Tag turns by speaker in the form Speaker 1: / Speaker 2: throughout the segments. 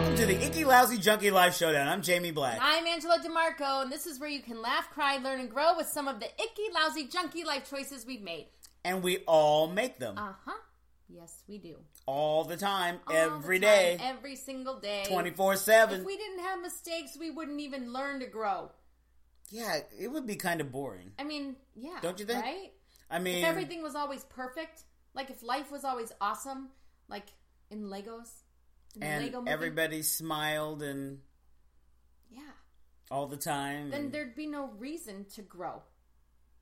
Speaker 1: Dirty Lousy Junkie Live Showdown. I'm Jamie Black.
Speaker 2: I'm Angela DeMarco, and this is where you can laugh, cry, learn, and grow with some of the icky, lousy, junky life choices we've made.
Speaker 1: and we all make them
Speaker 2: Uh huh. Yes, we do.
Speaker 1: all the time,
Speaker 2: All the
Speaker 1: every
Speaker 2: time,
Speaker 1: day,
Speaker 2: Every single day.
Speaker 1: 24
Speaker 2: If
Speaker 1: 7.
Speaker 2: we didn't have mistakes, we wouldn't even learn to grow.
Speaker 1: Yeah, it would be kind of boring.
Speaker 2: I mean, yeah.
Speaker 1: Don't you think?
Speaker 2: Right?
Speaker 1: I mean,
Speaker 2: If everything was always perfect, like if life was always awesome, like in Legos, in the
Speaker 1: and
Speaker 2: Lego movie,
Speaker 1: everybody smiled and
Speaker 2: yeah,
Speaker 1: all the time.
Speaker 2: then
Speaker 1: and-
Speaker 2: there'd be no reason to grow.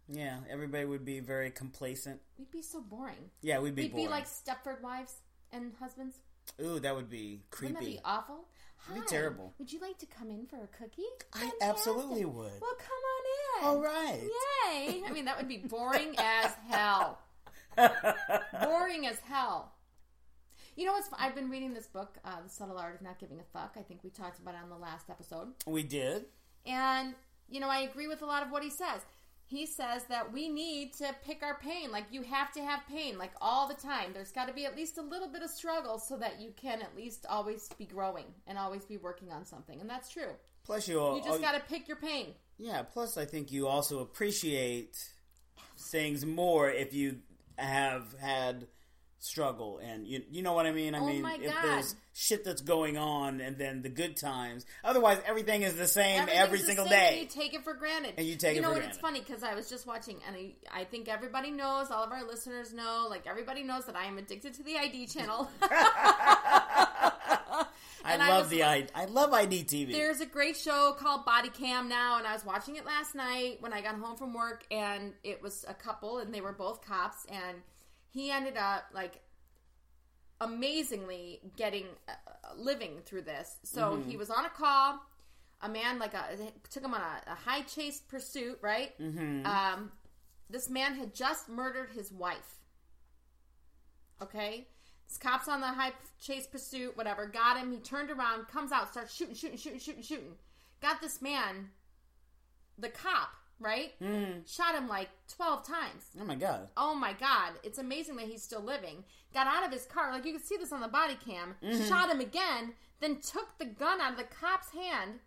Speaker 1: yeah, everybody would be very complacent.
Speaker 2: We'd be so boring.
Speaker 1: Yeah, we'd be
Speaker 2: We'd
Speaker 1: boring.
Speaker 2: be like Stepford wives and husbands.
Speaker 1: Ooh, that would be creepy.
Speaker 2: Wouldn't that be awful? Hi,
Speaker 1: It'd be terrible.
Speaker 2: Would you like to come in for a cookie?
Speaker 1: I absolutely would.
Speaker 2: Well, come on in.
Speaker 1: All right.
Speaker 2: Yay! I mean, that would be boring as hell. boring as hell. You know what's? fu- I've been reading this book, uh, "The Subtle Art of Not Giving a Fuck." I think we talked about it on the last episode,
Speaker 1: We did.
Speaker 2: and you know, I agree with a lot of what he says. He says that we need to pick our pain. Like you have to have pain, like all the time. There's got to be at least a little bit of struggle so that you can at least always be growing and always be working on something. And that's true.
Speaker 1: Plus, you all.
Speaker 2: You
Speaker 1: all-
Speaker 2: just got to pick your pain.
Speaker 1: Yeah, plus I think you also appreciate things more if you have had struggle and you you know what I mean? I
Speaker 2: Oh
Speaker 1: mean
Speaker 2: my
Speaker 1: if
Speaker 2: God.
Speaker 1: there's shit that's going on and then the good times. Otherwise everything is the same
Speaker 2: Everything's
Speaker 1: every
Speaker 2: the
Speaker 1: single
Speaker 2: same, and
Speaker 1: day.
Speaker 2: you take it for granted.
Speaker 1: And you take it
Speaker 2: know
Speaker 1: for
Speaker 2: what?
Speaker 1: granted.
Speaker 2: It's funny because I was just watching, and I, I think everybody knows, all of our listeners know, like everybody knows that I am addicted to the ID channel.
Speaker 1: I
Speaker 2: and I
Speaker 1: love
Speaker 2: was
Speaker 1: the I I love ID TV.
Speaker 2: There's a great show called Body Cam now, and I was watching it last night when I got home from work, and it was a couple, and they were both cops, and he ended up like amazingly getting uh, living through this. So he was on a call. A man like a took him on a, a high chase pursuit, right? Mm-hmm. Um, this man had just murdered his wife. Okay? This cop's on the high p- chase pursuit, whatever. Got him. He turned around, comes out, starts shooting, shooting, shooting, shooting, shooting. Got this man, the cop, right? Shot him like 12 times.
Speaker 1: Oh my god.
Speaker 2: Oh my God. It's amazing that he's still living. Got out of his car. Like you can see this on the body cam.
Speaker 1: Mm-hmm.
Speaker 2: Shot him again, then took the gun out of the cop's hand,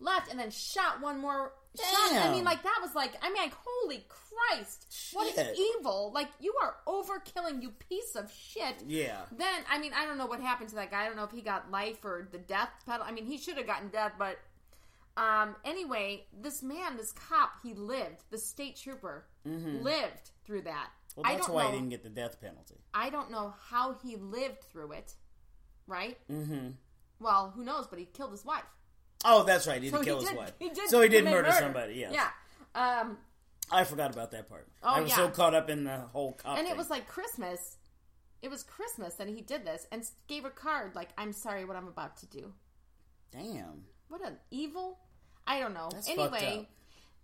Speaker 2: left, and then shot one more. Shot. I
Speaker 1: Damn.
Speaker 2: mean, like, that was like, I mean, like, holy Christ. What
Speaker 1: Shit.
Speaker 2: is evil? Like, you are overkilling, you piece of shit.
Speaker 1: Yeah.
Speaker 2: Then, I mean, I don't know what happened to that guy. I don't know if he got life or the death penalty. I mean, he should have gotten death, but um, anyway, this man, this cop, he lived. The state trooper lived through that.
Speaker 1: Mm-hmm. Well that's
Speaker 2: I don't
Speaker 1: why
Speaker 2: know,
Speaker 1: he didn't get the death penalty.
Speaker 2: I don't know how he lived through it, right?
Speaker 1: Mm.
Speaker 2: Mm-hmm. Well, who knows? But he killed his wife.
Speaker 1: Oh, that's right. He didn't
Speaker 2: So
Speaker 1: kill
Speaker 2: he
Speaker 1: his
Speaker 2: did,
Speaker 1: wife.
Speaker 2: He did
Speaker 1: so he did
Speaker 2: commit
Speaker 1: murder, somebody. Yes.
Speaker 2: Yeah. Um,
Speaker 1: I forgot about that part. I was
Speaker 2: yeah.
Speaker 1: so caught up in the whole cop
Speaker 2: and it
Speaker 1: thing.
Speaker 2: was like Christmas. It was Christmas that he did this and gave a card like, "I'm sorry, what I'm about to do."
Speaker 1: Damn.
Speaker 2: What an evil! I don't know.
Speaker 1: That's fucked
Speaker 2: anyway,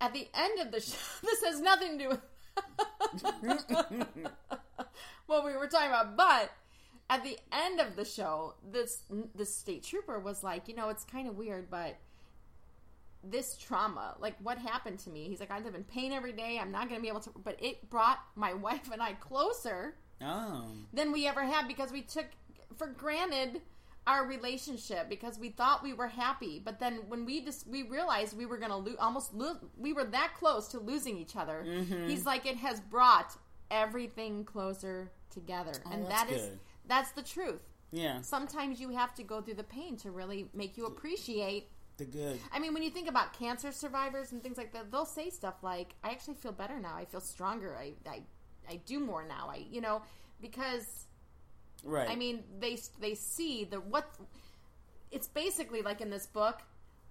Speaker 1: up.
Speaker 2: at the end of the show, this has nothing to do with what we were talking about, but at the end of the show, this this state trooper was like, you know, it's kind of weird, but this trauma, like what happened to me, he's like, I live in pain every day. I'm not going to be able to, but it brought my wife and I closer
Speaker 1: Oh.
Speaker 2: than we ever had because we took for granted our relationship because we thought we were happy but then when we just we realized we were going to lose almost lose we were that close to losing each other
Speaker 1: Mm-hmm.
Speaker 2: he's like it has brought everything closer together and
Speaker 1: Oh, that's
Speaker 2: that is
Speaker 1: good.
Speaker 2: that's the truth
Speaker 1: Yeah.
Speaker 2: sometimes you have to go through the pain to really make you appreciate
Speaker 1: The good.
Speaker 2: I mean, when you think about cancer survivors and things like that, they'll say stuff like, "I actually feel better now. I feel stronger. I, I, I do more now. I, you know, because
Speaker 1: Right.
Speaker 2: I mean, they they see the what. It's basically like in this book.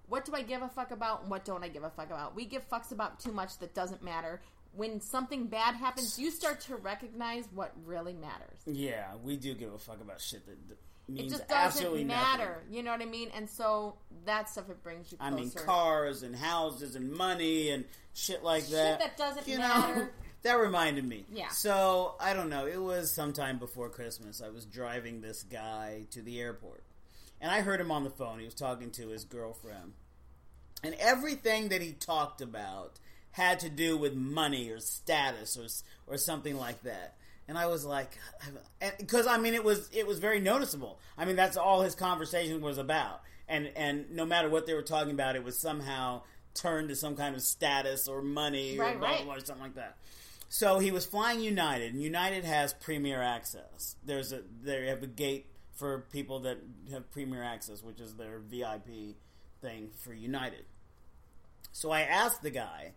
Speaker 2: What do I give a fuck about and what don't I give a fuck about? We give fucks about too much that doesn't matter. When something bad happens, you start to recognize what really matters.
Speaker 1: Yeah, we do give a fuck about shit that that
Speaker 2: It
Speaker 1: means
Speaker 2: just
Speaker 1: absolutely
Speaker 2: doesn't
Speaker 1: nothing.
Speaker 2: matter. You know what I mean? And so that stuff it brings you
Speaker 1: I
Speaker 2: closer.
Speaker 1: mean, cars and houses and money and shit like
Speaker 2: Shit
Speaker 1: that.
Speaker 2: that doesn't
Speaker 1: you Know?
Speaker 2: matter.
Speaker 1: That reminded me.
Speaker 2: Yeah.
Speaker 1: So I don't know. It was sometime before Christmas. I was driving this guy to the airport, and I heard him on the phone. He was talking to his girlfriend, and everything that he talked about had to do with money or status or s- or something like that. And I was like, because I mean, it was it was very noticeable. I mean, that's all his conversation was about. and and no matter what they were talking about, it was somehow turned to some kind of status or money or
Speaker 2: Right,
Speaker 1: blah, blah,
Speaker 2: right.
Speaker 1: blah, or something like that. So he was flying United, and United has premier access. There's a they have a gate for people that have premier access, which is their VIP thing for United. So I asked the guy.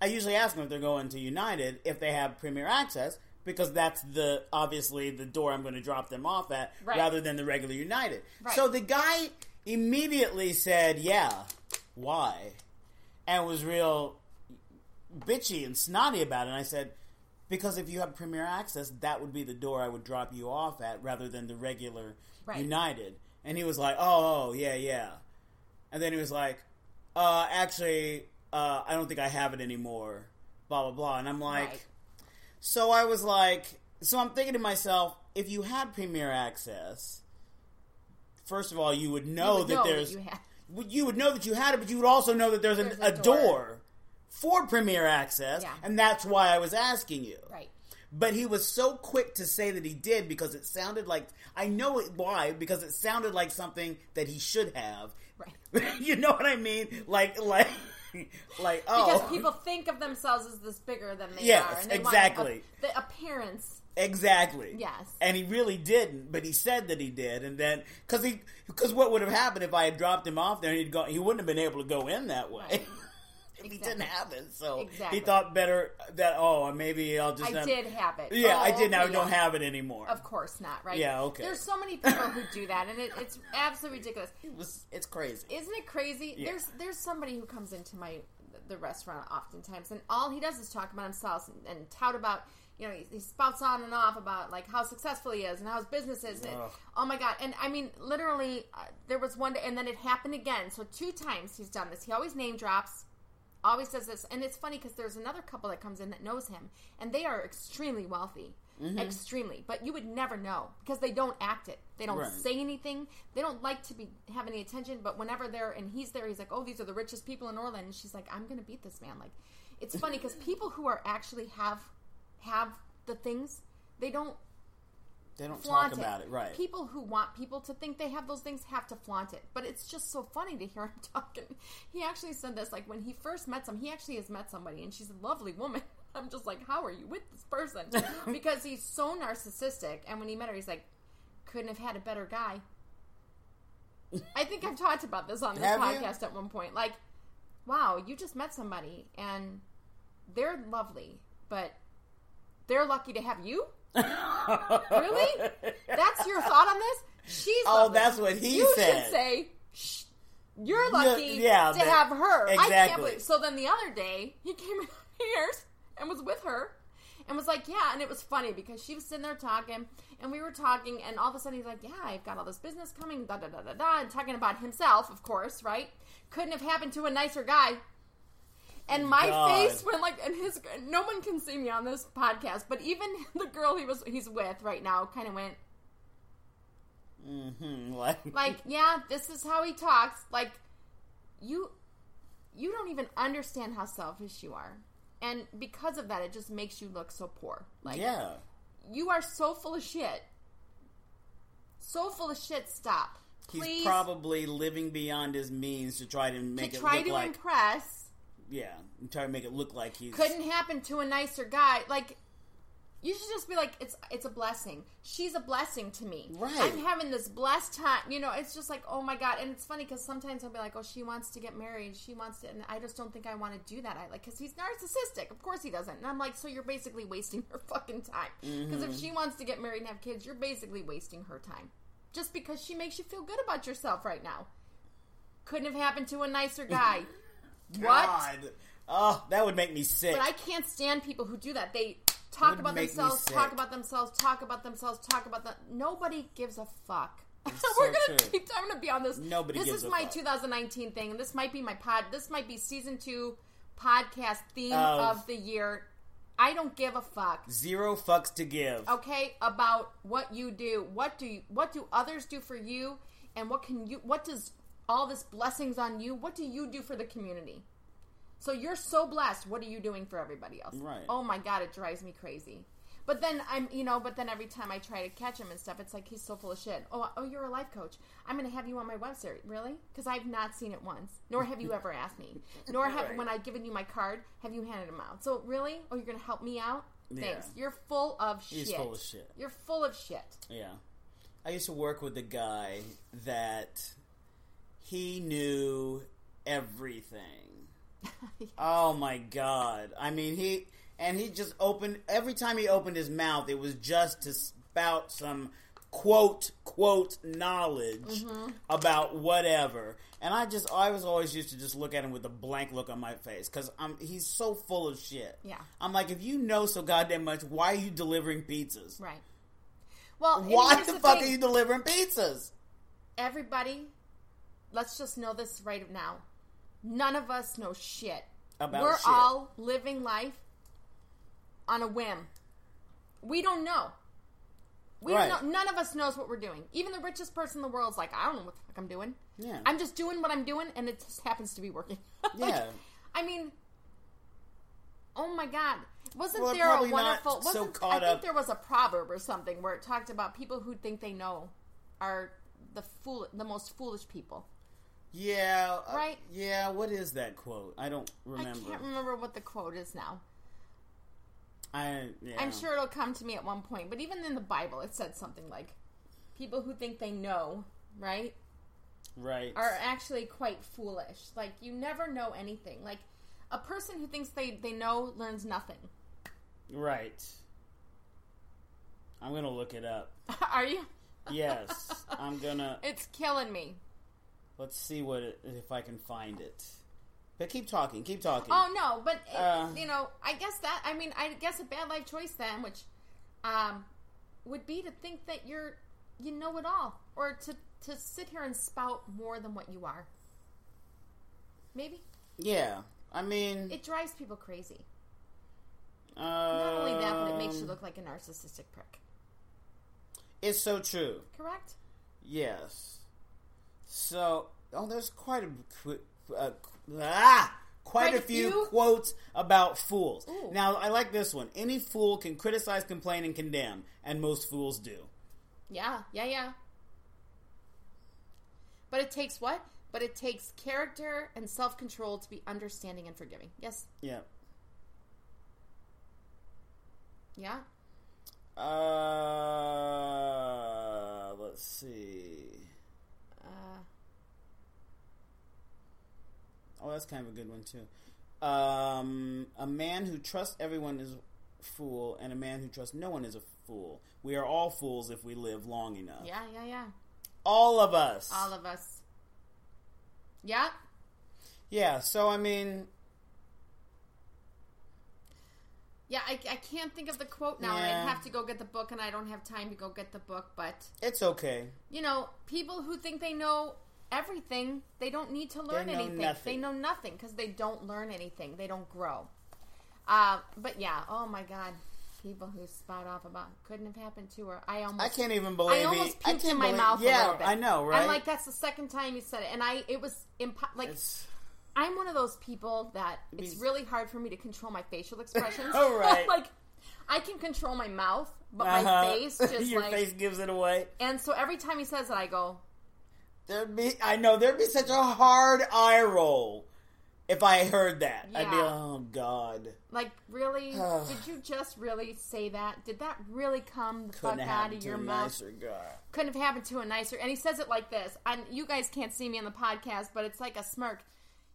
Speaker 1: I usually ask them if they're going to United if they have premier access because that's the obviously the door I'm going to drop them off at
Speaker 2: Right.
Speaker 1: rather than the regular United.
Speaker 2: Right.
Speaker 1: So the guy immediately said, "Yeah, why?" and was real bitchy and snotty about it. And I said, because if you have premier access, that would be the door I would drop you off at rather than the regular
Speaker 2: Right.
Speaker 1: United. And he was like, oh, oh, yeah, yeah. And then he was like, uh, actually, uh, I don't think I have it anymore. Blah, blah, blah. And I'm like,
Speaker 2: Right.
Speaker 1: so I was like, so I'm thinking to myself, if you had premier access, first of all, you would know
Speaker 2: You would
Speaker 1: that
Speaker 2: know
Speaker 1: there's
Speaker 2: you have-
Speaker 1: well, you would know that you had it, but you would also know that there's,
Speaker 2: There's
Speaker 1: a,
Speaker 2: a
Speaker 1: a door.
Speaker 2: door.
Speaker 1: for Premier Access,
Speaker 2: Yeah.
Speaker 1: and that's why I was asking you.
Speaker 2: right.
Speaker 1: But he was so quick to say that he did because it sounded like I know it, why because it sounded like something that he should have.
Speaker 2: Right.
Speaker 1: you know what I mean? Like like like oh
Speaker 2: Because people think of themselves as this bigger than they
Speaker 1: Yes,
Speaker 2: are. and they want
Speaker 1: exactly.
Speaker 2: a- the appearance.
Speaker 1: Exactly.
Speaker 2: Yes.
Speaker 1: And he really didn't, but he said that he did, and then because he because what would have happened if I had dropped him off there? He'd go. He wouldn't have been able to go in that way.
Speaker 2: Right.
Speaker 1: if he
Speaker 2: Exactly.
Speaker 1: didn't have it, so
Speaker 2: Exactly.
Speaker 1: he thought better that oh maybe I'll just
Speaker 2: I
Speaker 1: not-
Speaker 2: did have it.
Speaker 1: Yeah,
Speaker 2: Oh,
Speaker 1: I did. Now I
Speaker 2: okay,
Speaker 1: don't
Speaker 2: yeah.
Speaker 1: have it anymore.
Speaker 2: Of course not, right?
Speaker 1: Yeah, okay.
Speaker 2: There's so many people who do that, and it, it's absolutely ridiculous.
Speaker 1: It was, it's crazy.
Speaker 2: Isn't it crazy?
Speaker 1: Yeah.
Speaker 2: There's there's somebody who comes into my the restaurant oftentimes, and all he does is talk about himself and, and tout about you know he, he spouts on and off about like how successful he is and how his business is. And,
Speaker 1: Ugh.
Speaker 2: oh my god! And I mean, literally, uh, there was one day, and then it happened again. So two times he's done this. He always name drops. Always does this, and it's funny because there's another couple that comes in that knows him, and they are extremely wealthy, extremely. But you would never know because they don't act it. They don't
Speaker 1: Right.
Speaker 2: say anything. They don't like to be have any attention, but whenever they're and he's there, he's like, "Oh, these are the richest people in Orland." And she's like, "I'm going to beat this man." Like, it's funny because people who are actually have have the things they don't
Speaker 1: They don't
Speaker 2: flaunt
Speaker 1: talk about it, right?
Speaker 2: People who want people to think they have those things have to flaunt it. But it's just so funny to hear him talking. He actually said this like when he first met some. He actually has met somebody, and she's a lovely woman. I'm just like, how are you with this person? because he's so narcissistic. And when he met her, he's like, couldn't have had a better guy. I think I've talked about this on this
Speaker 1: Have you?
Speaker 2: podcast at one point. Like, wow, you just met somebody and they're lovely, but they're lucky to have you? Really? That's your thought on this? She's
Speaker 1: Oh,
Speaker 2: lovely.
Speaker 1: that's what he
Speaker 2: you
Speaker 1: said.
Speaker 2: should say. Shh, you're lucky
Speaker 1: yeah,
Speaker 2: to
Speaker 1: that-
Speaker 2: have her. I can't
Speaker 1: exactly.
Speaker 2: believe. So then the other day he came in here and was with her and was like, yeah, and it was funny because she was sitting there talking and we were talking and all of a sudden he's like, yeah, I've got all this business coming, da da da da da, and talking about himself, of course, right? Couldn't have happened to a nicer guy. And my
Speaker 1: God.
Speaker 2: face went like, and his no one can see me on this podcast, but even the girl he was he's with right now kind of went
Speaker 1: hmm like,
Speaker 2: like yeah this is how he talks like you you don't even understand how selfish you are and because of that it just makes you look so poor like
Speaker 1: yeah,
Speaker 2: you are so full of shit so full of shit stop
Speaker 1: he's
Speaker 2: please
Speaker 1: probably living beyond his means to try to
Speaker 2: to
Speaker 1: make it
Speaker 2: try
Speaker 1: look
Speaker 2: to
Speaker 1: like
Speaker 2: impress
Speaker 1: yeah, try to make it look like he's
Speaker 2: couldn't happen to a nicer guy. Like you should just be like, it's it's a blessing. She's a blessing to me.
Speaker 1: Right.
Speaker 2: I'm having this blessed time. You know, it's just like, oh my god. And it's funny because sometimes I'll be like, oh, she wants to get married. She wants to, and I just don't think I want to do that. I like because he's narcissistic. Of course he doesn't. And I'm like, so you're basically wasting her fucking time. Because if she wants to get married and have kids, you're basically wasting her time. Just because she makes you feel good about yourself right now. Couldn't have happened to a nicer guy. what?
Speaker 1: God. Oh, that would make me sick.
Speaker 2: But I can't stand people who do that. They talk
Speaker 1: Would
Speaker 2: about
Speaker 1: make me
Speaker 2: themselves, talk
Speaker 1: sick.
Speaker 2: about themselves, talk about themselves, talk about them. Nobody gives a fuck.
Speaker 1: so
Speaker 2: We're gonna
Speaker 1: true.
Speaker 2: keep. I'm gonna be on this.
Speaker 1: Nobody
Speaker 2: This
Speaker 1: gives
Speaker 2: is
Speaker 1: a
Speaker 2: my
Speaker 1: fuck.
Speaker 2: 2019 thing, and this might be my pod. This might be season two podcast theme
Speaker 1: Of-
Speaker 2: of the year. I don't give a fuck.
Speaker 1: Zero fucks to give.
Speaker 2: Okay, about what you do. What do you? What do others do for you? And what can you? What does all this blessings on you? What do you do for the community? So you're so blessed. What are you doing for everybody else?
Speaker 1: Right.
Speaker 2: Oh my god, it drives me crazy. But then I'm, you know, but then every time I try to catch him and stuff, it's like he's so full of shit. Oh, oh, you're a life coach. I'm going to have you on my web series, really? Because I've not seen it once, nor have you ever asked me, nor have
Speaker 1: Right.
Speaker 2: when I've given you my card, have you handed him out. So really, oh, you're going to help me out?
Speaker 1: Yeah.
Speaker 2: Thanks. You're full of shit.
Speaker 1: He's full of shit.
Speaker 2: You're full of shit.
Speaker 1: Yeah. I used to work with a guy that he knew everything. Oh my god. I mean, he and he just opened every time he opened his mouth, it was just to spout some quote quote knowledge
Speaker 2: Mm-hmm.
Speaker 1: about whatever. And I just I was always used to just look at him with a blank look on my face cuz I'm he's so full of shit.
Speaker 2: Yeah.
Speaker 1: I'm like if you know so goddamn much, why are you delivering pizzas?
Speaker 2: Right. Well, and
Speaker 1: Why
Speaker 2: here's
Speaker 1: the, fuck
Speaker 2: thing.
Speaker 1: are you delivering pizzas?
Speaker 2: everybody, let's just know this right now. None of us know shit.
Speaker 1: About
Speaker 2: We're
Speaker 1: shit.
Speaker 2: all living life on a whim. We don't know. We
Speaker 1: Right.
Speaker 2: don't know. None of us knows what we're doing. Even the richest person in the world's like, I don't know what the fuck I'm doing.
Speaker 1: Yeah.
Speaker 2: I'm just doing what I'm doing, and it just happens to be working. Like,
Speaker 1: Yeah.
Speaker 2: I mean, oh my god, wasn't
Speaker 1: Well,
Speaker 2: there a
Speaker 1: probably not
Speaker 2: wonderful?
Speaker 1: so
Speaker 2: Wasn't
Speaker 1: caught
Speaker 2: I think
Speaker 1: up-
Speaker 2: there was a proverb or something where it talked about people who think they know are the fool, the most foolish people.
Speaker 1: Yeah. uh,
Speaker 2: Right?
Speaker 1: yeah, what is that quote? I don't remember.
Speaker 2: I can't remember what the quote is now.
Speaker 1: I- yeah.
Speaker 2: I'm sure it'll come to me at one point. But even in the Bible, it said something like, "People who think they know, right,
Speaker 1: Right.
Speaker 2: are actually quite foolish. Like you never know anything. Like a person who thinks they they know learns nothing.
Speaker 1: Right. I'm gonna look it up.
Speaker 2: are you?
Speaker 1: Yes, I'm gonna.
Speaker 2: It's killing me.
Speaker 1: Let's see what it, if I can find it. But keep talking. Keep talking.
Speaker 2: Oh no, but it,
Speaker 1: Uh.
Speaker 2: you know, I guess that I mean, I guess a bad life choice then, which um, would be to think that you're you know it all, or to to sit here and spout more than what you are. Maybe
Speaker 1: yeah. I mean,
Speaker 2: it drives people crazy. Not
Speaker 1: not
Speaker 2: only that, but it makes you look like a narcissistic prick.
Speaker 1: um, It's so true.
Speaker 2: Correct?
Speaker 1: Yes. So, oh, there's quite a qu- uh, qu- ah, quite, a few, quotes about fools.
Speaker 2: Ooh.
Speaker 1: Now, I like this one. Any fool can criticize, complain, and condemn, and most fools do.
Speaker 2: Yeah, yeah, yeah. But it takes what? But it takes character and self control to be understanding and forgiving. Yes.
Speaker 1: Yeah.
Speaker 2: Yeah.
Speaker 1: Uh, let's see.
Speaker 2: Uh,
Speaker 1: Oh, that's kind of a good one too. Um, a man who trusts everyone is a fool, and a man who trusts no one is a fool. We are all fools if we live long enough.
Speaker 2: yeah, yeah, yeah.
Speaker 1: All of us.
Speaker 2: All of us. Yeah.
Speaker 1: Yeah, so I mean,
Speaker 2: Yeah, I, I can't think of the quote now, and
Speaker 1: Yeah.
Speaker 2: I'd have to go get the book, and I don't have time to go get the book. But,
Speaker 1: it's okay.
Speaker 2: you know, people who think they know everything, they don't need to learn
Speaker 1: know
Speaker 2: anything.
Speaker 1: nothing.
Speaker 2: They know nothing because they don't learn anything. They don't grow. Uh, but yeah, oh my God. People who spout off about couldn't have happened to her. I almost
Speaker 1: I can't even believe
Speaker 2: I almost
Speaker 1: he,
Speaker 2: puked
Speaker 1: can't
Speaker 2: in my
Speaker 1: believe-
Speaker 2: mouth
Speaker 1: yeah,
Speaker 2: a little bit.
Speaker 1: I know, right?
Speaker 2: I'm like, that's the second time you said it, and I it was impo- like
Speaker 1: It's-
Speaker 2: I'm one of those people that it's
Speaker 1: Be-
Speaker 2: really hard for me to control my facial expressions.
Speaker 1: Oh, right.
Speaker 2: like I can control my mouth, but
Speaker 1: uh-huh.
Speaker 2: my face just
Speaker 1: your
Speaker 2: like.
Speaker 1: face gives it away.
Speaker 2: And so every time he says it, I go,
Speaker 1: There'd be, I know, there'd be such a hard eye roll if I heard that. I'd be,
Speaker 2: Yeah.
Speaker 1: like, oh god,
Speaker 2: like, really?
Speaker 1: Ugh.
Speaker 2: Did you just really say that? Did that really come the
Speaker 1: couldn't have
Speaker 2: fuck out
Speaker 1: happened
Speaker 2: of
Speaker 1: to
Speaker 2: your
Speaker 1: a
Speaker 2: mouth?
Speaker 1: nicer guy.
Speaker 2: Couldn't have happened to a nicer. And he says it like this. And you guys can't see me on the podcast, but it's like a smirk.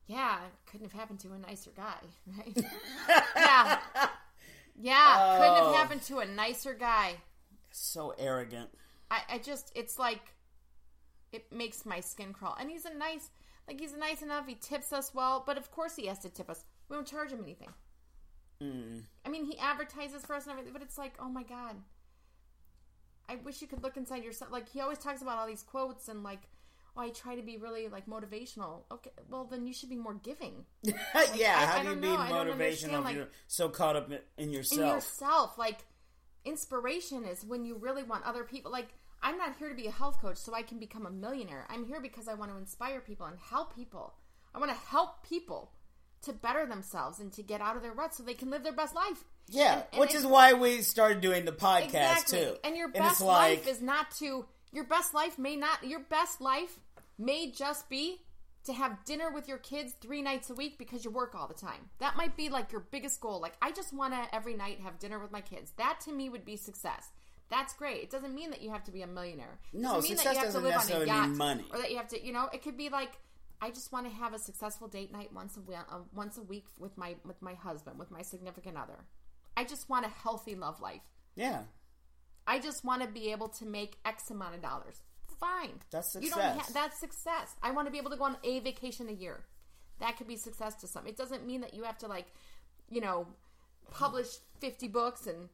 Speaker 2: Yeah, couldn't have happened to a nicer guy, right? yeah. Yeah, couldn't
Speaker 1: Oh.
Speaker 2: have happened to a nicer guy.
Speaker 1: So arrogant.
Speaker 2: I, I just it's like it makes my skin crawl. And he's a nice like he's nice enough, he tips us well, but of course he has to tip us. We don't charge him anything. I mean he advertises for us and everything, but it's like, oh my god. I wish you could look inside yourself. Like he always talks about all these quotes and like, oh, I try to be really like motivational. Okay, well then you should be more giving
Speaker 1: yeah,
Speaker 2: I-
Speaker 1: how
Speaker 2: I
Speaker 1: do you
Speaker 2: don't
Speaker 1: be
Speaker 2: know, I don't
Speaker 1: motivational if
Speaker 2: understand,
Speaker 1: you're
Speaker 2: like-
Speaker 1: so caught up in, in
Speaker 2: in
Speaker 1: yourself?
Speaker 2: yourself. Like inspiration is when you really want other people. Like I'm not here to be a health coach so I can become a millionaire. I'm here because I want to inspire people and help people. I want to help people to better themselves and to get out of their rut so they can live their best life.
Speaker 1: Yeah,
Speaker 2: And- and
Speaker 1: which
Speaker 2: it-
Speaker 1: is why we started doing the podcast too.
Speaker 2: And your
Speaker 1: it's
Speaker 2: best
Speaker 1: like-
Speaker 2: life is not to. Your best life may not. Your best life may just be to have dinner with your kids three nights a week because you work all the time. That might be like your biggest goal. Like I just want to every night have dinner with my kids. That to me would be success. That's great. It doesn't mean that you have to be a millionaire. It
Speaker 1: No,
Speaker 2: doesn't mean
Speaker 1: success
Speaker 2: that you have
Speaker 1: doesn't
Speaker 2: to live
Speaker 1: necessarily
Speaker 2: on a yacht
Speaker 1: mean money.
Speaker 2: or that you have to. You know, it could be like. I just want to have a successful date night once a, we- uh, once a week with my with my husband, with my significant other. I just want a healthy love life.
Speaker 1: yeah,
Speaker 2: I just want to be able to make X amount of dollars. Fine.
Speaker 1: That's
Speaker 2: You don't
Speaker 1: success.
Speaker 2: ha- that's success. I want to be able to go on a vacation a year. That could be success to some. It doesn't mean that you have to like, you know, publish 50 books and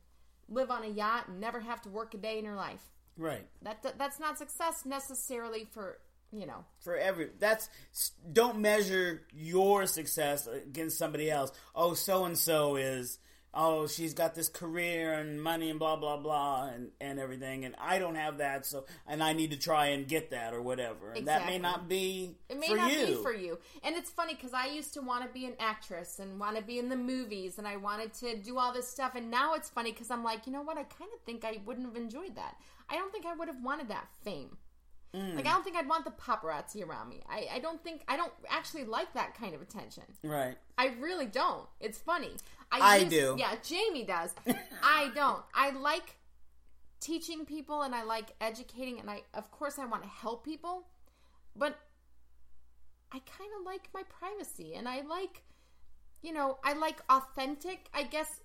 Speaker 2: live on a yacht and never have to work a day in your life.
Speaker 1: right.
Speaker 2: That that's not success necessarily for, you know.
Speaker 1: For every that's don't measure your success against somebody else. Oh, so and so is. Oh, she's got this career and money and blah blah blah and, and everything, and I don't have that, so and I need to try and get that or whatever. And that may
Speaker 2: Exactly.
Speaker 1: not be
Speaker 2: It may
Speaker 1: for
Speaker 2: not
Speaker 1: you.
Speaker 2: be for you. And it's funny because I used to want to be an actress and want to be in the movies and I wanted to do all this stuff. And now it's funny because I'm like, you know what? I kind of think I wouldn't have enjoyed that. I don't think I would have wanted that fame.
Speaker 1: Mm.
Speaker 2: Like, I don't think I'd want the paparazzi around me. I, I don't think, I don't actually like that kind of attention.
Speaker 1: right?
Speaker 2: I really don't. It's funny.
Speaker 1: I
Speaker 2: used-
Speaker 1: do.
Speaker 2: Yeah, Jamie does. I don't. I like teaching people and I like educating and I of course I want to help people, but I kind of like my privacy and I like you know, I like authentic. I guess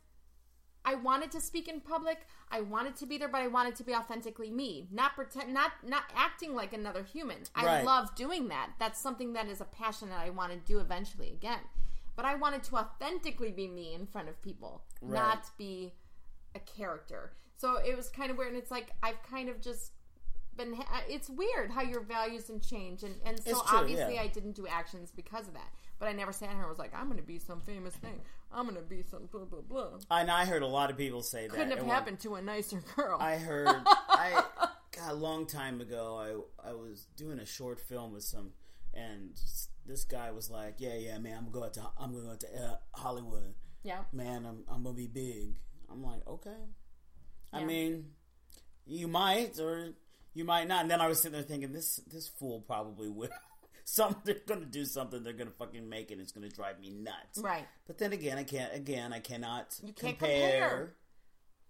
Speaker 2: I wanted to speak in public. I wanted to be there, but I wanted to be authentically me, not pretend, not not acting like another human. I
Speaker 1: Right.
Speaker 2: love doing that. That's something that is a passion that I want to do eventually again. But I wanted to authentically be me in front of people, not be a character. So it was kind of weird, and it's like I've kind of just been. It's weird how your values and change, and and so
Speaker 1: It's true,
Speaker 2: obviously
Speaker 1: yeah.
Speaker 2: I didn't do actions because of that. But I never sat here and was like, I'm going to be some famous thing. I'm going to be some blah blah blah
Speaker 1: And I heard a lot of people say that
Speaker 2: couldn't
Speaker 1: at
Speaker 2: have
Speaker 1: one
Speaker 2: happened to a nicer girl.
Speaker 1: I heard I God, a long time ago I I was doing a short film with some and s- this guy was like, "Yeah, yeah, man, I'm going to I'm going to, go out to uh, Hollywood.
Speaker 2: yeah,
Speaker 1: Man, I'm I'm going to be big." I'm like, "Okay." I
Speaker 2: Yeah.
Speaker 1: mean, you might or you might not. And then I was sitting there thinking this this fool probably will. Some they're gonna do something. They're gonna fucking make it. It's gonna drive me nuts.
Speaker 2: right.
Speaker 1: But then again, I can't. Again, I cannot
Speaker 2: You can't compare.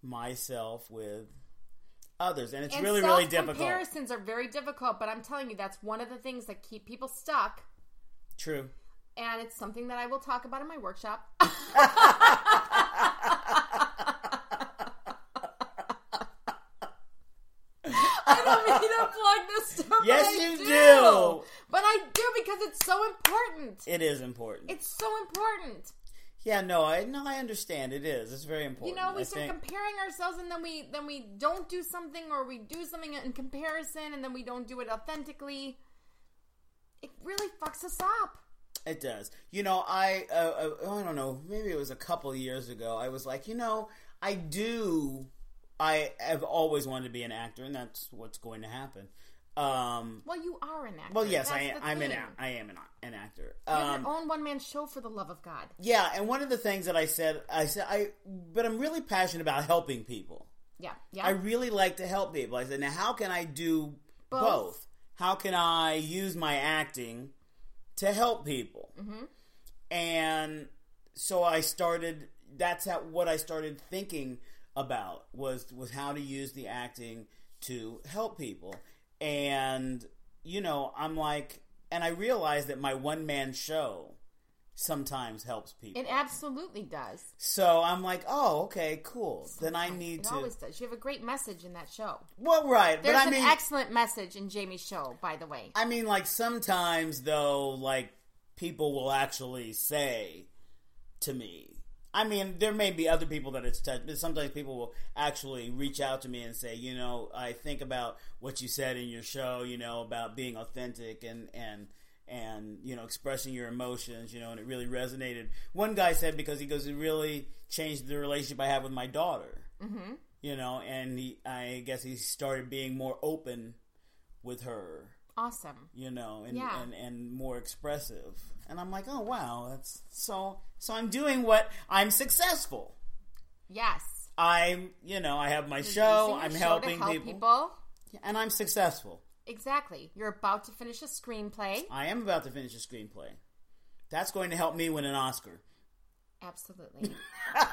Speaker 1: myself with others, and it's
Speaker 2: And
Speaker 1: really, really difficult.
Speaker 2: comparisons are very difficult, but I'm telling you, that's one of the things that keep people stuck.
Speaker 1: True.
Speaker 2: And it's something that I will talk about in my workshop. I don't mean to plug this stuff. but
Speaker 1: Yes,
Speaker 2: I
Speaker 1: you
Speaker 2: do.
Speaker 1: do.
Speaker 2: But I do because it's so important.
Speaker 1: It is important.
Speaker 2: It's so important.
Speaker 1: yeah, no, I no, I understand. It is. It's very
Speaker 2: You
Speaker 1: important.
Speaker 2: know, we
Speaker 1: I
Speaker 2: start
Speaker 1: think-
Speaker 2: comparing ourselves, and then we then we don't do something, or we do something in comparison, and then we don't do it authentically. It really fucks us up.
Speaker 1: It does. You know, I uh, uh, I don't know. Maybe it was a couple of years ago. I was like, you know, I do. I have always wanted to be an actor, and that's what's going to happen. Um,
Speaker 2: Well, you are an actor.
Speaker 1: well, yes,
Speaker 2: That's
Speaker 1: I,
Speaker 2: the
Speaker 1: I'm an
Speaker 2: thing.
Speaker 1: ac- I am an, ac- an actor.
Speaker 2: You have
Speaker 1: Um,
Speaker 2: your own one man show for the love of God.
Speaker 1: Yeah, and one of the things that I said, I said, I, but I'm really passionate about helping people.
Speaker 2: Yeah, yeah.
Speaker 1: I really like to help people. I said, now how can I do both?
Speaker 2: Both.
Speaker 1: How can I use my acting to help people?
Speaker 2: Mm-hmm.
Speaker 1: And so I started. That's how, what I started thinking about was was how to use the acting to help people. And you know, I'm like, and I realized that my one man show sometimes helps people.
Speaker 2: it absolutely does.
Speaker 1: so I'm like, oh, okay, cool. Then I need
Speaker 2: It
Speaker 1: to.
Speaker 2: always does. You have a great message in that show.
Speaker 1: Well, right,
Speaker 2: There's
Speaker 1: but I
Speaker 2: an
Speaker 1: mean,
Speaker 2: excellent message in Jamie's show, by the way.
Speaker 1: I mean, like sometimes though, like people will actually say to me. I mean, there may be other people that it's touched, but sometimes people will actually reach out to me and say, you know, I think about what you said in your show, you know, about being authentic and and and you know expressing your emotions, you know, and it really resonated. One guy said because he goes, it really changed the relationship I have with my daughter. Mm-hmm. You know, and he, I guess he started being more open with her
Speaker 2: Awesome.
Speaker 1: you know, and,
Speaker 2: Yeah.
Speaker 1: and, and more expressive. And I'm like, oh wow, that's so. So I'm doing what I'm successful.
Speaker 2: Yes.
Speaker 1: I'm, you know, I have my
Speaker 2: You're
Speaker 1: show.
Speaker 2: using your
Speaker 1: I'm
Speaker 2: show
Speaker 1: helping
Speaker 2: to help
Speaker 1: people, and I'm successful.
Speaker 2: Exactly. You're about to finish a screenplay.
Speaker 1: I am about to finish a screenplay. That's going to help me win an Oscar.
Speaker 2: Absolutely.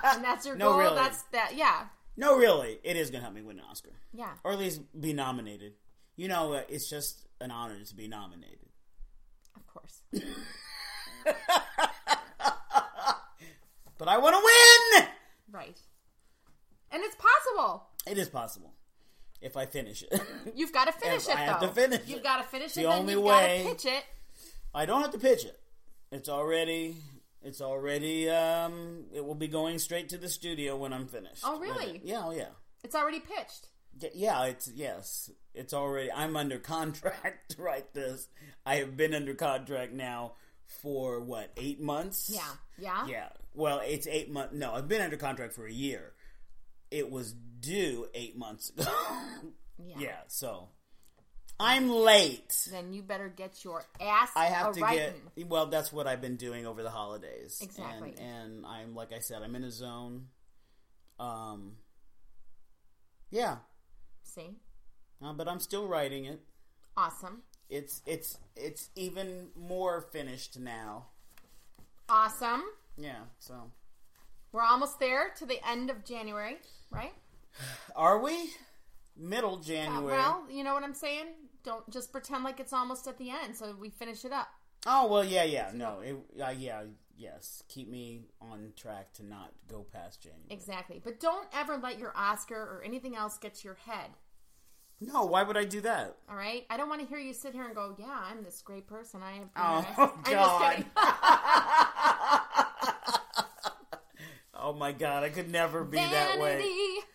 Speaker 2: and that's your
Speaker 1: No,
Speaker 2: goal.
Speaker 1: really.
Speaker 2: That's that. Yeah.
Speaker 1: No, really, it is going to help me win an Oscar,
Speaker 2: Yeah.
Speaker 1: or at least be nominated. You know, uh, it's just an honor to be nominated.
Speaker 2: Of course.
Speaker 1: But I want to
Speaker 2: Right. And it's possible.
Speaker 1: win. It is possible if I finish it.
Speaker 2: You've got to
Speaker 1: Yes,
Speaker 2: finish it,
Speaker 1: I
Speaker 2: though.
Speaker 1: have to finish
Speaker 2: You've
Speaker 1: it.
Speaker 2: got to finish
Speaker 1: The
Speaker 2: it. Then
Speaker 1: only
Speaker 2: you've
Speaker 1: way-
Speaker 2: got to pitch it.
Speaker 1: I don't have to pitch it. It's already. It's already. Um, it will be going straight to the studio when I'm finished.
Speaker 2: Oh,
Speaker 1: with it.
Speaker 2: really?
Speaker 1: Yeah. Oh, yeah.
Speaker 2: It's already pitched.
Speaker 1: Y- Yeah, it's yes. It's already. I'm under contract to write this. I have been under contract now for what eight months.
Speaker 2: Yeah. Yeah.
Speaker 1: Yeah. Well, it's eight months. No, I've been under contract for a year. It was due eight months ago.
Speaker 2: Yeah.
Speaker 1: yeah. So I'm late.
Speaker 2: Then you better get your ass
Speaker 1: I have
Speaker 2: a
Speaker 1: to
Speaker 2: writing.
Speaker 1: get. Well, that's what I've been doing over the holidays.
Speaker 2: Exactly.
Speaker 1: And, and I'm like I said, I'm in a zone. Um. Yeah,
Speaker 2: See?
Speaker 1: uh, but I'm still writing it.
Speaker 2: Awesome.
Speaker 1: it's it's it's even more finished now.
Speaker 2: Awesome.
Speaker 1: Yeah. So,
Speaker 2: We're almost there to the end of January, right?
Speaker 1: are we middle
Speaker 2: Uh,
Speaker 1: January?
Speaker 2: well, you know what I'm saying? Don't just pretend like it's almost at the end so we finish it up.
Speaker 1: oh well, yeah, yeah. No, it, uh, yeah, yes. Keep me on track to not go past January.
Speaker 2: Exactly. But don't ever let your Oscar or anything else get to your head.
Speaker 1: No, why would I do that?
Speaker 2: All right? I don't want to hear you sit here and go, yeah, I'm this great person. I have.
Speaker 1: Oh
Speaker 2: I'm Just
Speaker 1: God.
Speaker 2: kidding.
Speaker 1: oh my God, I could never be that way.
Speaker 2: Vanity.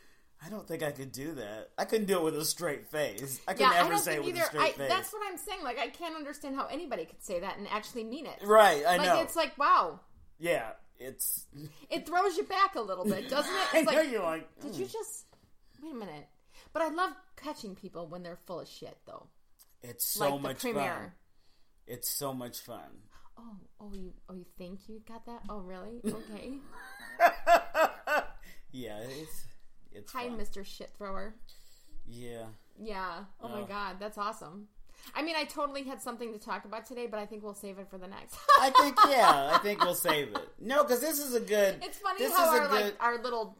Speaker 1: I don't think I could do that. I couldn't do it with a straight face. I could
Speaker 2: Yeah, I
Speaker 1: never
Speaker 2: don't
Speaker 1: say it
Speaker 2: think
Speaker 1: with
Speaker 2: either.
Speaker 1: a straight
Speaker 2: I,
Speaker 1: face.
Speaker 2: that's what I'm saying. Like, I can't understand how anybody could say that and actually mean it.
Speaker 1: right, I
Speaker 2: Like,
Speaker 1: know.
Speaker 2: it's like, wow.
Speaker 1: yeah, it's.
Speaker 2: It throws you back a little bit, doesn't it?
Speaker 1: I
Speaker 2: It's
Speaker 1: know
Speaker 2: like,
Speaker 1: you're like.
Speaker 2: did you just. Wait a minute. But I love catching people when they're full of shit, though.
Speaker 1: It's so
Speaker 2: like
Speaker 1: much
Speaker 2: the premiere.
Speaker 1: fun. It's so much fun.
Speaker 2: Oh, oh, you, oh, you think you got that? Oh, really? Okay.
Speaker 1: Yeah, it's it's
Speaker 2: Hi,
Speaker 1: fun.
Speaker 2: Mr. Shit Thrower.
Speaker 1: yeah.
Speaker 2: Yeah. Oh my God, that's awesome. I mean, I totally had something to talk about today, but I think we'll save it for the next.
Speaker 1: I think yeah, I think we'll save it. No, because this is a good.
Speaker 2: it's funny
Speaker 1: this
Speaker 2: how
Speaker 1: is a
Speaker 2: our like
Speaker 1: good-
Speaker 2: our little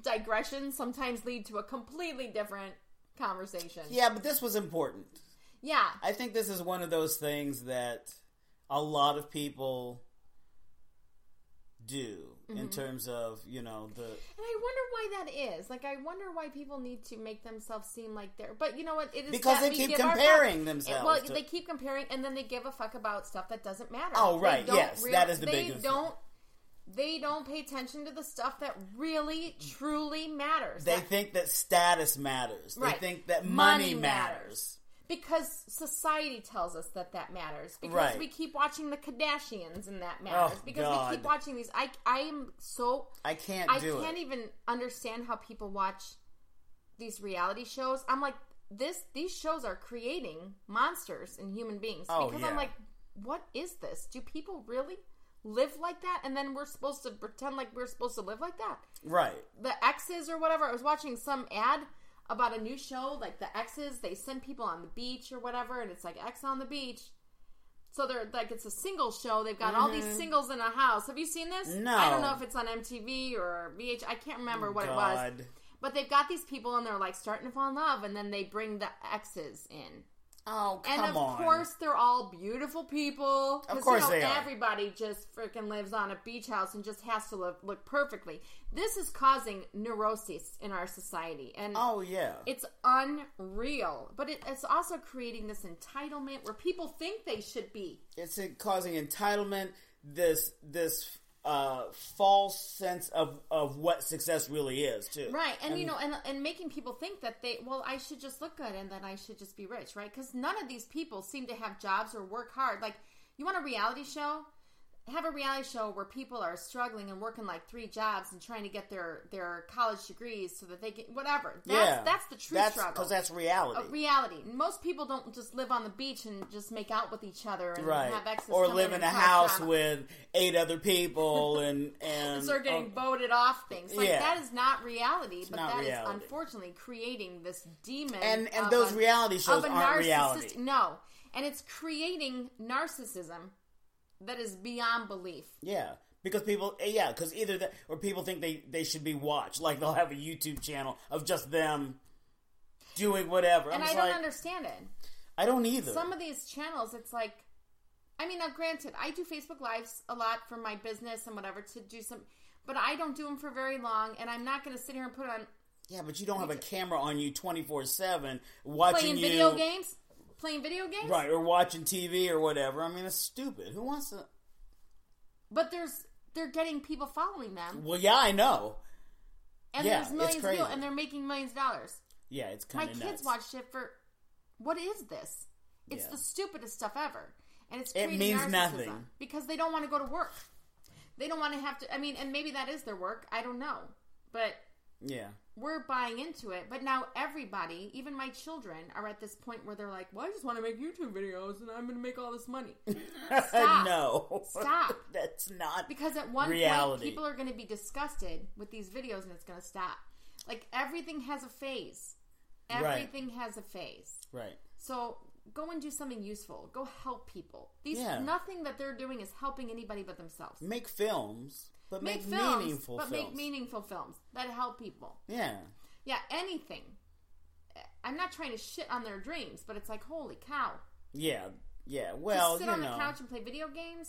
Speaker 2: digressions sometimes lead to a completely different conversation.
Speaker 1: yeah, but this was important.
Speaker 2: Yeah.
Speaker 1: I think this is one of those things that a lot of people do
Speaker 2: Mm-hmm.
Speaker 1: in terms of you know the
Speaker 2: And I wonder why that is. Like, I wonder why people need to make themselves seem like they're. But you know what? It is
Speaker 1: Because
Speaker 2: that
Speaker 1: they
Speaker 2: we
Speaker 1: keep
Speaker 2: give our fuck-
Speaker 1: comparing
Speaker 2: it-
Speaker 1: themselves
Speaker 2: Well,
Speaker 1: to-
Speaker 2: they keep comparing, and then they give a fuck about stuff that doesn't matter.
Speaker 1: Oh,
Speaker 2: They
Speaker 1: right.
Speaker 2: don't
Speaker 1: Yes,
Speaker 2: real-
Speaker 1: that is the
Speaker 2: they
Speaker 1: biggest thing.
Speaker 2: don't. They don't pay attention to the stuff that really, truly matters.
Speaker 1: Mm. they
Speaker 2: That-
Speaker 1: think that status matters.
Speaker 2: Right.
Speaker 1: They think that money,
Speaker 2: Money
Speaker 1: matters.
Speaker 2: matters. because society tells us that that matters. Because
Speaker 1: Right.
Speaker 2: we keep watching the Kardashians, and that matters.
Speaker 1: Oh,
Speaker 2: because
Speaker 1: God.
Speaker 2: we keep watching these. I I am so
Speaker 1: I can't
Speaker 2: I
Speaker 1: do
Speaker 2: can't e-
Speaker 1: it.
Speaker 2: even understand how people watch these reality shows. I'm like, this these shows are creating monsters in human beings
Speaker 1: Oh,
Speaker 2: because
Speaker 1: yeah.
Speaker 2: I'm like, what is this? Do people really live like that? And then we're supposed to pretend like we're supposed to live like that?
Speaker 1: Right.
Speaker 2: The exes or whatever. I was watching some ad about a new show, like the exes. They send people on the beach or whatever, and it's like X on the beach. So they're like it's a single show. They've got all these singles in a house. Have you seen this?
Speaker 1: Mm-hmm. No.
Speaker 2: I don't know if it's on MTV or VH. I can't remember what it was.
Speaker 1: God.
Speaker 2: But they've got these people and they're like starting to fall in love, and then they bring the exes in.
Speaker 1: Oh come
Speaker 2: And of
Speaker 1: on.
Speaker 2: course, they're all beautiful people. 'Cause,
Speaker 1: Of course
Speaker 2: you know,
Speaker 1: they are.
Speaker 2: Everybody just freaking lives on a beach house and just has to look, look perfectly. This is causing neurosis in our society, and
Speaker 1: Oh yeah.
Speaker 2: it's unreal. But it, it's also creating this entitlement where people think they should be.
Speaker 1: it's causing entitlement this this uh false sense of of what success really is too
Speaker 2: Right, and you know, and and making people think that they well, I should just look good and then I should just be rich, right? Because none of these people seem to have jobs or work hard. Like, you want a reality show? have a reality show where people are struggling and working like three jobs and trying to get their their college degrees so that they can whatever. That's
Speaker 1: Yeah.
Speaker 2: that's the true
Speaker 1: that's
Speaker 2: struggle.
Speaker 1: because that's reality,
Speaker 2: of reality. Most people don't just live on the beach and just make out with each other and
Speaker 1: right?
Speaker 2: have exes
Speaker 1: Or
Speaker 2: come
Speaker 1: live in
Speaker 2: and
Speaker 1: a
Speaker 2: cause
Speaker 1: house
Speaker 2: drama.
Speaker 1: with eight other people and and
Speaker 2: and start getting
Speaker 1: oh,
Speaker 2: voted off things. Like
Speaker 1: Yeah.
Speaker 2: that is not reality, but
Speaker 1: not
Speaker 2: that is
Speaker 1: reality.
Speaker 2: unfortunately creating this demon
Speaker 1: and and
Speaker 2: of
Speaker 1: those
Speaker 2: a-
Speaker 1: reality shows
Speaker 2: of a
Speaker 1: aren't reality.
Speaker 2: narcissist. No, and it's creating narcissism that is beyond belief.
Speaker 1: Yeah, because people, yeah, because either that or people think they they should be watched. Like they'll have a YouTube channel of just them doing whatever. I'm
Speaker 2: And I
Speaker 1: just
Speaker 2: don't
Speaker 1: like,
Speaker 2: understand it.
Speaker 1: I don't either.
Speaker 2: Some of these channels, it's like, I mean, now granted, I do Facebook Lives a lot for my business and whatever to do some, but I don't do them for very long, and I'm not going to sit here and put on
Speaker 1: yeah, but you don't have a camera on you twenty four seven watching
Speaker 2: playing
Speaker 1: you
Speaker 2: video games, playing video games,
Speaker 1: right or watching TV or whatever. I mean, it's stupid. Who wants to?
Speaker 2: But there's they're getting people following them.
Speaker 1: Well, yeah, I know.
Speaker 2: and
Speaker 1: Yeah,
Speaker 2: there's
Speaker 1: it's
Speaker 2: millions of people,
Speaker 1: crazy.
Speaker 2: and they're making millions of dollars.
Speaker 1: Yeah, it's
Speaker 2: My
Speaker 1: kind of
Speaker 2: kids watched it for what is this? It's
Speaker 1: Yeah.
Speaker 2: the stupidest stuff ever, and it's
Speaker 1: It
Speaker 2: creating
Speaker 1: means
Speaker 2: narcissism
Speaker 1: nothing.
Speaker 2: because they don't want to go to work. They don't want to have to. I mean, and maybe that is their work. I don't know, but
Speaker 1: Yeah,
Speaker 2: we're buying into it. But now everybody, even my children, are at this point where they're like, "Well, I just want to make YouTube videos, and I'm going to make all this money." Stop.
Speaker 1: no,
Speaker 2: Stop.
Speaker 1: That's not
Speaker 2: Because at one
Speaker 1: Reality.
Speaker 2: point, people are going to be disgusted with these videos, and it's going to stop. Like everything has a phase.
Speaker 1: Right.
Speaker 2: Everything has a phase.
Speaker 1: right.
Speaker 2: So go and do something useful. Go help people. These
Speaker 1: Yeah.
Speaker 2: nothing that they're doing is helping anybody but themselves.
Speaker 1: Make films, but make,
Speaker 2: films,
Speaker 1: meaningful
Speaker 2: but
Speaker 1: films.
Speaker 2: make meaningful films that help people.
Speaker 1: yeah,
Speaker 2: Yeah, anything. I'm not trying to shit on their dreams, but it's like holy cow.
Speaker 1: yeah, yeah. Well,
Speaker 2: Just sit
Speaker 1: you
Speaker 2: on
Speaker 1: know.
Speaker 2: the couch and play video games.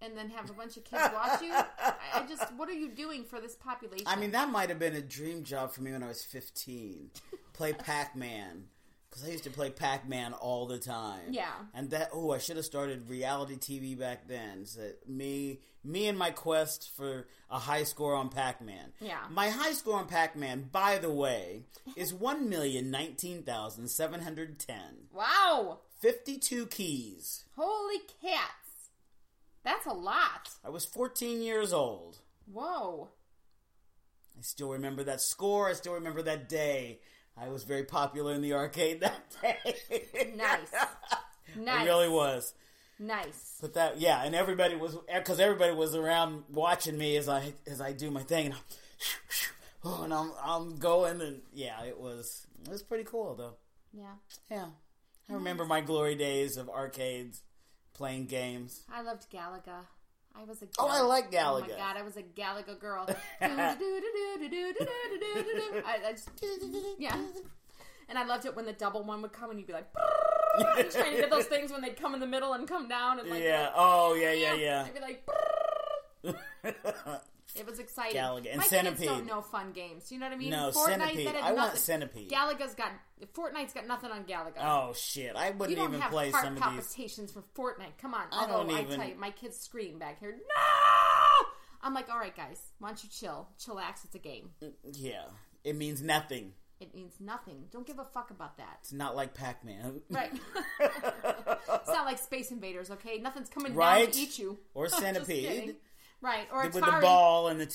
Speaker 2: And then have a bunch of kids watch you. I- I just, what are you doing for this population?
Speaker 1: I mean, that might have been a dream job for me when I was 15. Play Pac Man. Because I used to play Pac Man all the time.
Speaker 2: Yeah.
Speaker 1: And that, oh, I should have started reality TV back then. So me, me and my quest for a high score on Pac Man.
Speaker 2: Yeah.
Speaker 1: My high score on Pac Man, by the way, is 1,019,710.
Speaker 2: wow,
Speaker 1: 52 keys.
Speaker 2: holy cats, that's a lot.
Speaker 1: I was 14 years old.
Speaker 2: Whoa.
Speaker 1: I still remember that score. I still remember that day. I was very popular in the arcade that day.
Speaker 2: Nice. Nice.
Speaker 1: I really was.
Speaker 2: Nice.
Speaker 1: But that, yeah, and everybody was because everybody was around watching me as I as I do my thing, and I'm, oh, and I'm I'm going, and yeah, it was it was pretty cool though.
Speaker 2: Yeah.
Speaker 1: Yeah, I remember my glory days of arcades playing games.
Speaker 2: I loved Galaga. I was a Galaga.
Speaker 1: Oh, I like
Speaker 2: Oh my
Speaker 1: Galaga.
Speaker 2: god, I was a Galaga girl. Do-do-do-do-do-do-do-do-do-do-do. I, I just, yeah. And I loved it when the double one would come and you'd be like, "Brrrr," trying to get those things when they'd come in the middle and come down and like,
Speaker 1: yeah. Oh, yeah, yeah,
Speaker 2: I'd be like, "Brrrr."
Speaker 1: yeah.
Speaker 2: It was exciting.
Speaker 1: Galaga and
Speaker 2: My
Speaker 1: Centipede.
Speaker 2: kids don't know fun games. You know what I mean?
Speaker 1: No, Centipede.
Speaker 2: that had
Speaker 1: I want
Speaker 2: nothing-
Speaker 1: Centipede.
Speaker 2: Galaga's got Fortnite's got nothing on Galaga.
Speaker 1: oh shit! I
Speaker 2: you
Speaker 1: wouldn't
Speaker 2: don't
Speaker 1: even
Speaker 2: have
Speaker 1: play
Speaker 2: heart
Speaker 1: some of these.
Speaker 2: palpitations for Fortnite. Come on.
Speaker 1: I
Speaker 2: Although
Speaker 1: don't
Speaker 2: I
Speaker 1: even-
Speaker 2: tell you, my kids scream back here. No. I'm like, all right, guys, why don't you chill, chillax? It's a game.
Speaker 1: Yeah, it means nothing.
Speaker 2: It means nothing. Don't give a fuck about that.
Speaker 1: It's not like Pac Man.
Speaker 2: Right. it's not like Space Invaders, okay? Nothing's coming down
Speaker 1: Right?
Speaker 2: to eat you.
Speaker 1: Or
Speaker 2: Just
Speaker 1: Centipede.
Speaker 2: kidding. Right. Or
Speaker 1: with the
Speaker 2: Atari.
Speaker 1: ball and the.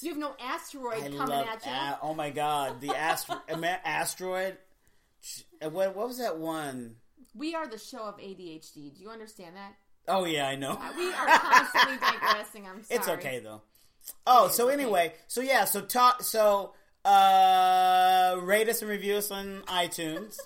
Speaker 2: You have no asteroid
Speaker 1: I
Speaker 2: coming
Speaker 1: love.
Speaker 2: at you.
Speaker 1: a- oh my god, the astro- ama- asteroid. Ch- uh, What what was that one?
Speaker 2: we are the show of ADHD. Do you understand that?
Speaker 1: Oh yeah, I know.
Speaker 2: We are constantly digressing. I'm sorry.
Speaker 1: It's okay though. Oh, so anyway, so yeah, so talk. So uh, rate us and review us on iTunes.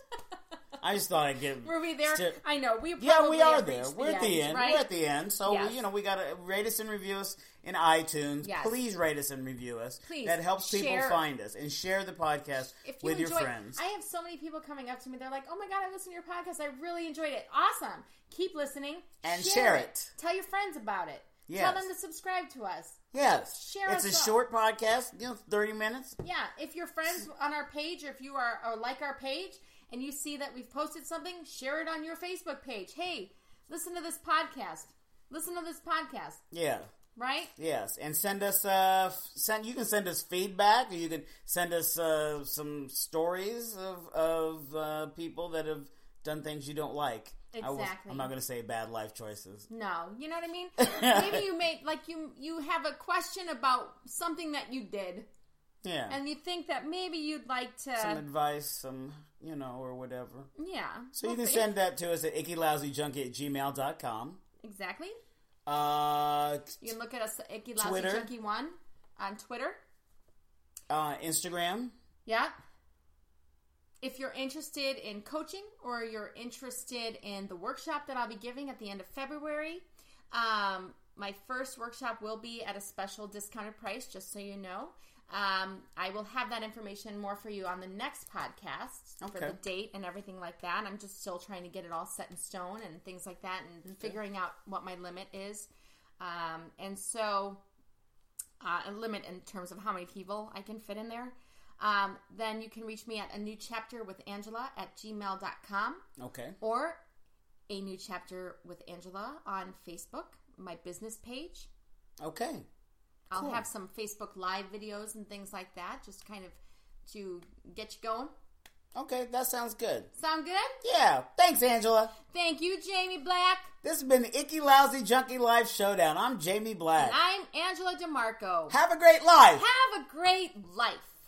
Speaker 1: I just thought I'd give.
Speaker 2: Were we there?
Speaker 1: Sti-
Speaker 2: I know. We
Speaker 1: yeah,
Speaker 2: probably
Speaker 1: we are
Speaker 2: have
Speaker 1: there.
Speaker 2: reached
Speaker 1: We're at the end.
Speaker 2: right?
Speaker 1: We're at the end. So
Speaker 2: Yes.
Speaker 1: we, you know, we gotta rate us and review us in iTunes.
Speaker 2: Yes.
Speaker 1: Please rate us and review us.
Speaker 2: Please.
Speaker 1: that helps people
Speaker 2: Share.
Speaker 1: find us and share the podcast
Speaker 2: if you
Speaker 1: with your
Speaker 2: enjoy,
Speaker 1: friends.
Speaker 2: I have so many people coming up to me. They're like, "Oh my god, I listened to your podcast. I really enjoyed it. Awesome. Keep listening
Speaker 1: And share it.
Speaker 2: Tell your friends about it.
Speaker 1: Yes.
Speaker 2: Tell them to subscribe to us.
Speaker 1: Yes.
Speaker 2: Share
Speaker 1: it's
Speaker 2: us
Speaker 1: a
Speaker 2: up.
Speaker 1: short podcast, you know, 30 minutes.
Speaker 2: Yeah. If you're friends on our page, or if you are or like our page, and you see that we've posted something, share it on your Facebook page. Hey, listen to this podcast. Listen to this podcast.
Speaker 1: Yeah.
Speaker 2: Right?
Speaker 1: Yes. And send us uh f- send you can send us feedback or you can send us uh some stories of of uh people that have done things you don't like I was,
Speaker 2: Exactly.
Speaker 1: I'm not going to say bad life choices.
Speaker 2: No, you know what I mean. Maybe you made like you you have a question about something that you did,
Speaker 1: Yeah.
Speaker 2: and you think that maybe you'd like to.
Speaker 1: some advice, some, you know, or whatever.
Speaker 2: yeah.
Speaker 1: So you
Speaker 2: Well,
Speaker 1: can
Speaker 2: fa-
Speaker 1: send that to us at ickylousyjunk at gmail.com.
Speaker 2: exactly.
Speaker 1: Uh,
Speaker 2: You can look at us at Icky Lousy
Speaker 1: Twitter.
Speaker 2: Junkie One on Twitter.
Speaker 1: uh, Instagram.
Speaker 2: Yeah. If you're interested in coaching or you're interested in the workshop that I'll be giving at the end of February, um, my first workshop will be at a special discounted price, just so you know. Um, I will have that information more for you on the next podcast for
Speaker 1: Okay.
Speaker 2: the date and everything like that. I'm just still trying to get it all set in stone and things like that and figuring out what my limit is. Um, and so uh, a limit in terms of how many people I can fit in there, um, then you can reach me at a new chapter with Angela at gmail.com
Speaker 1: Okay.
Speaker 2: or a new chapter with Angela on Facebook, my business page.
Speaker 1: Okay.
Speaker 2: I'll
Speaker 1: Cool.
Speaker 2: have some Facebook live videos and things like that, just kind of to get you going.
Speaker 1: Okay. That sounds good.
Speaker 2: Sound good?
Speaker 1: Yeah. Thanks, Angela.
Speaker 2: Thank you, Jamie Black.
Speaker 1: This has been the Icky Lousy Junkie Life Showdown. I'm Jamie Black.
Speaker 2: I'm Angela DeMarco.
Speaker 1: Have a great life.
Speaker 2: Have a great life.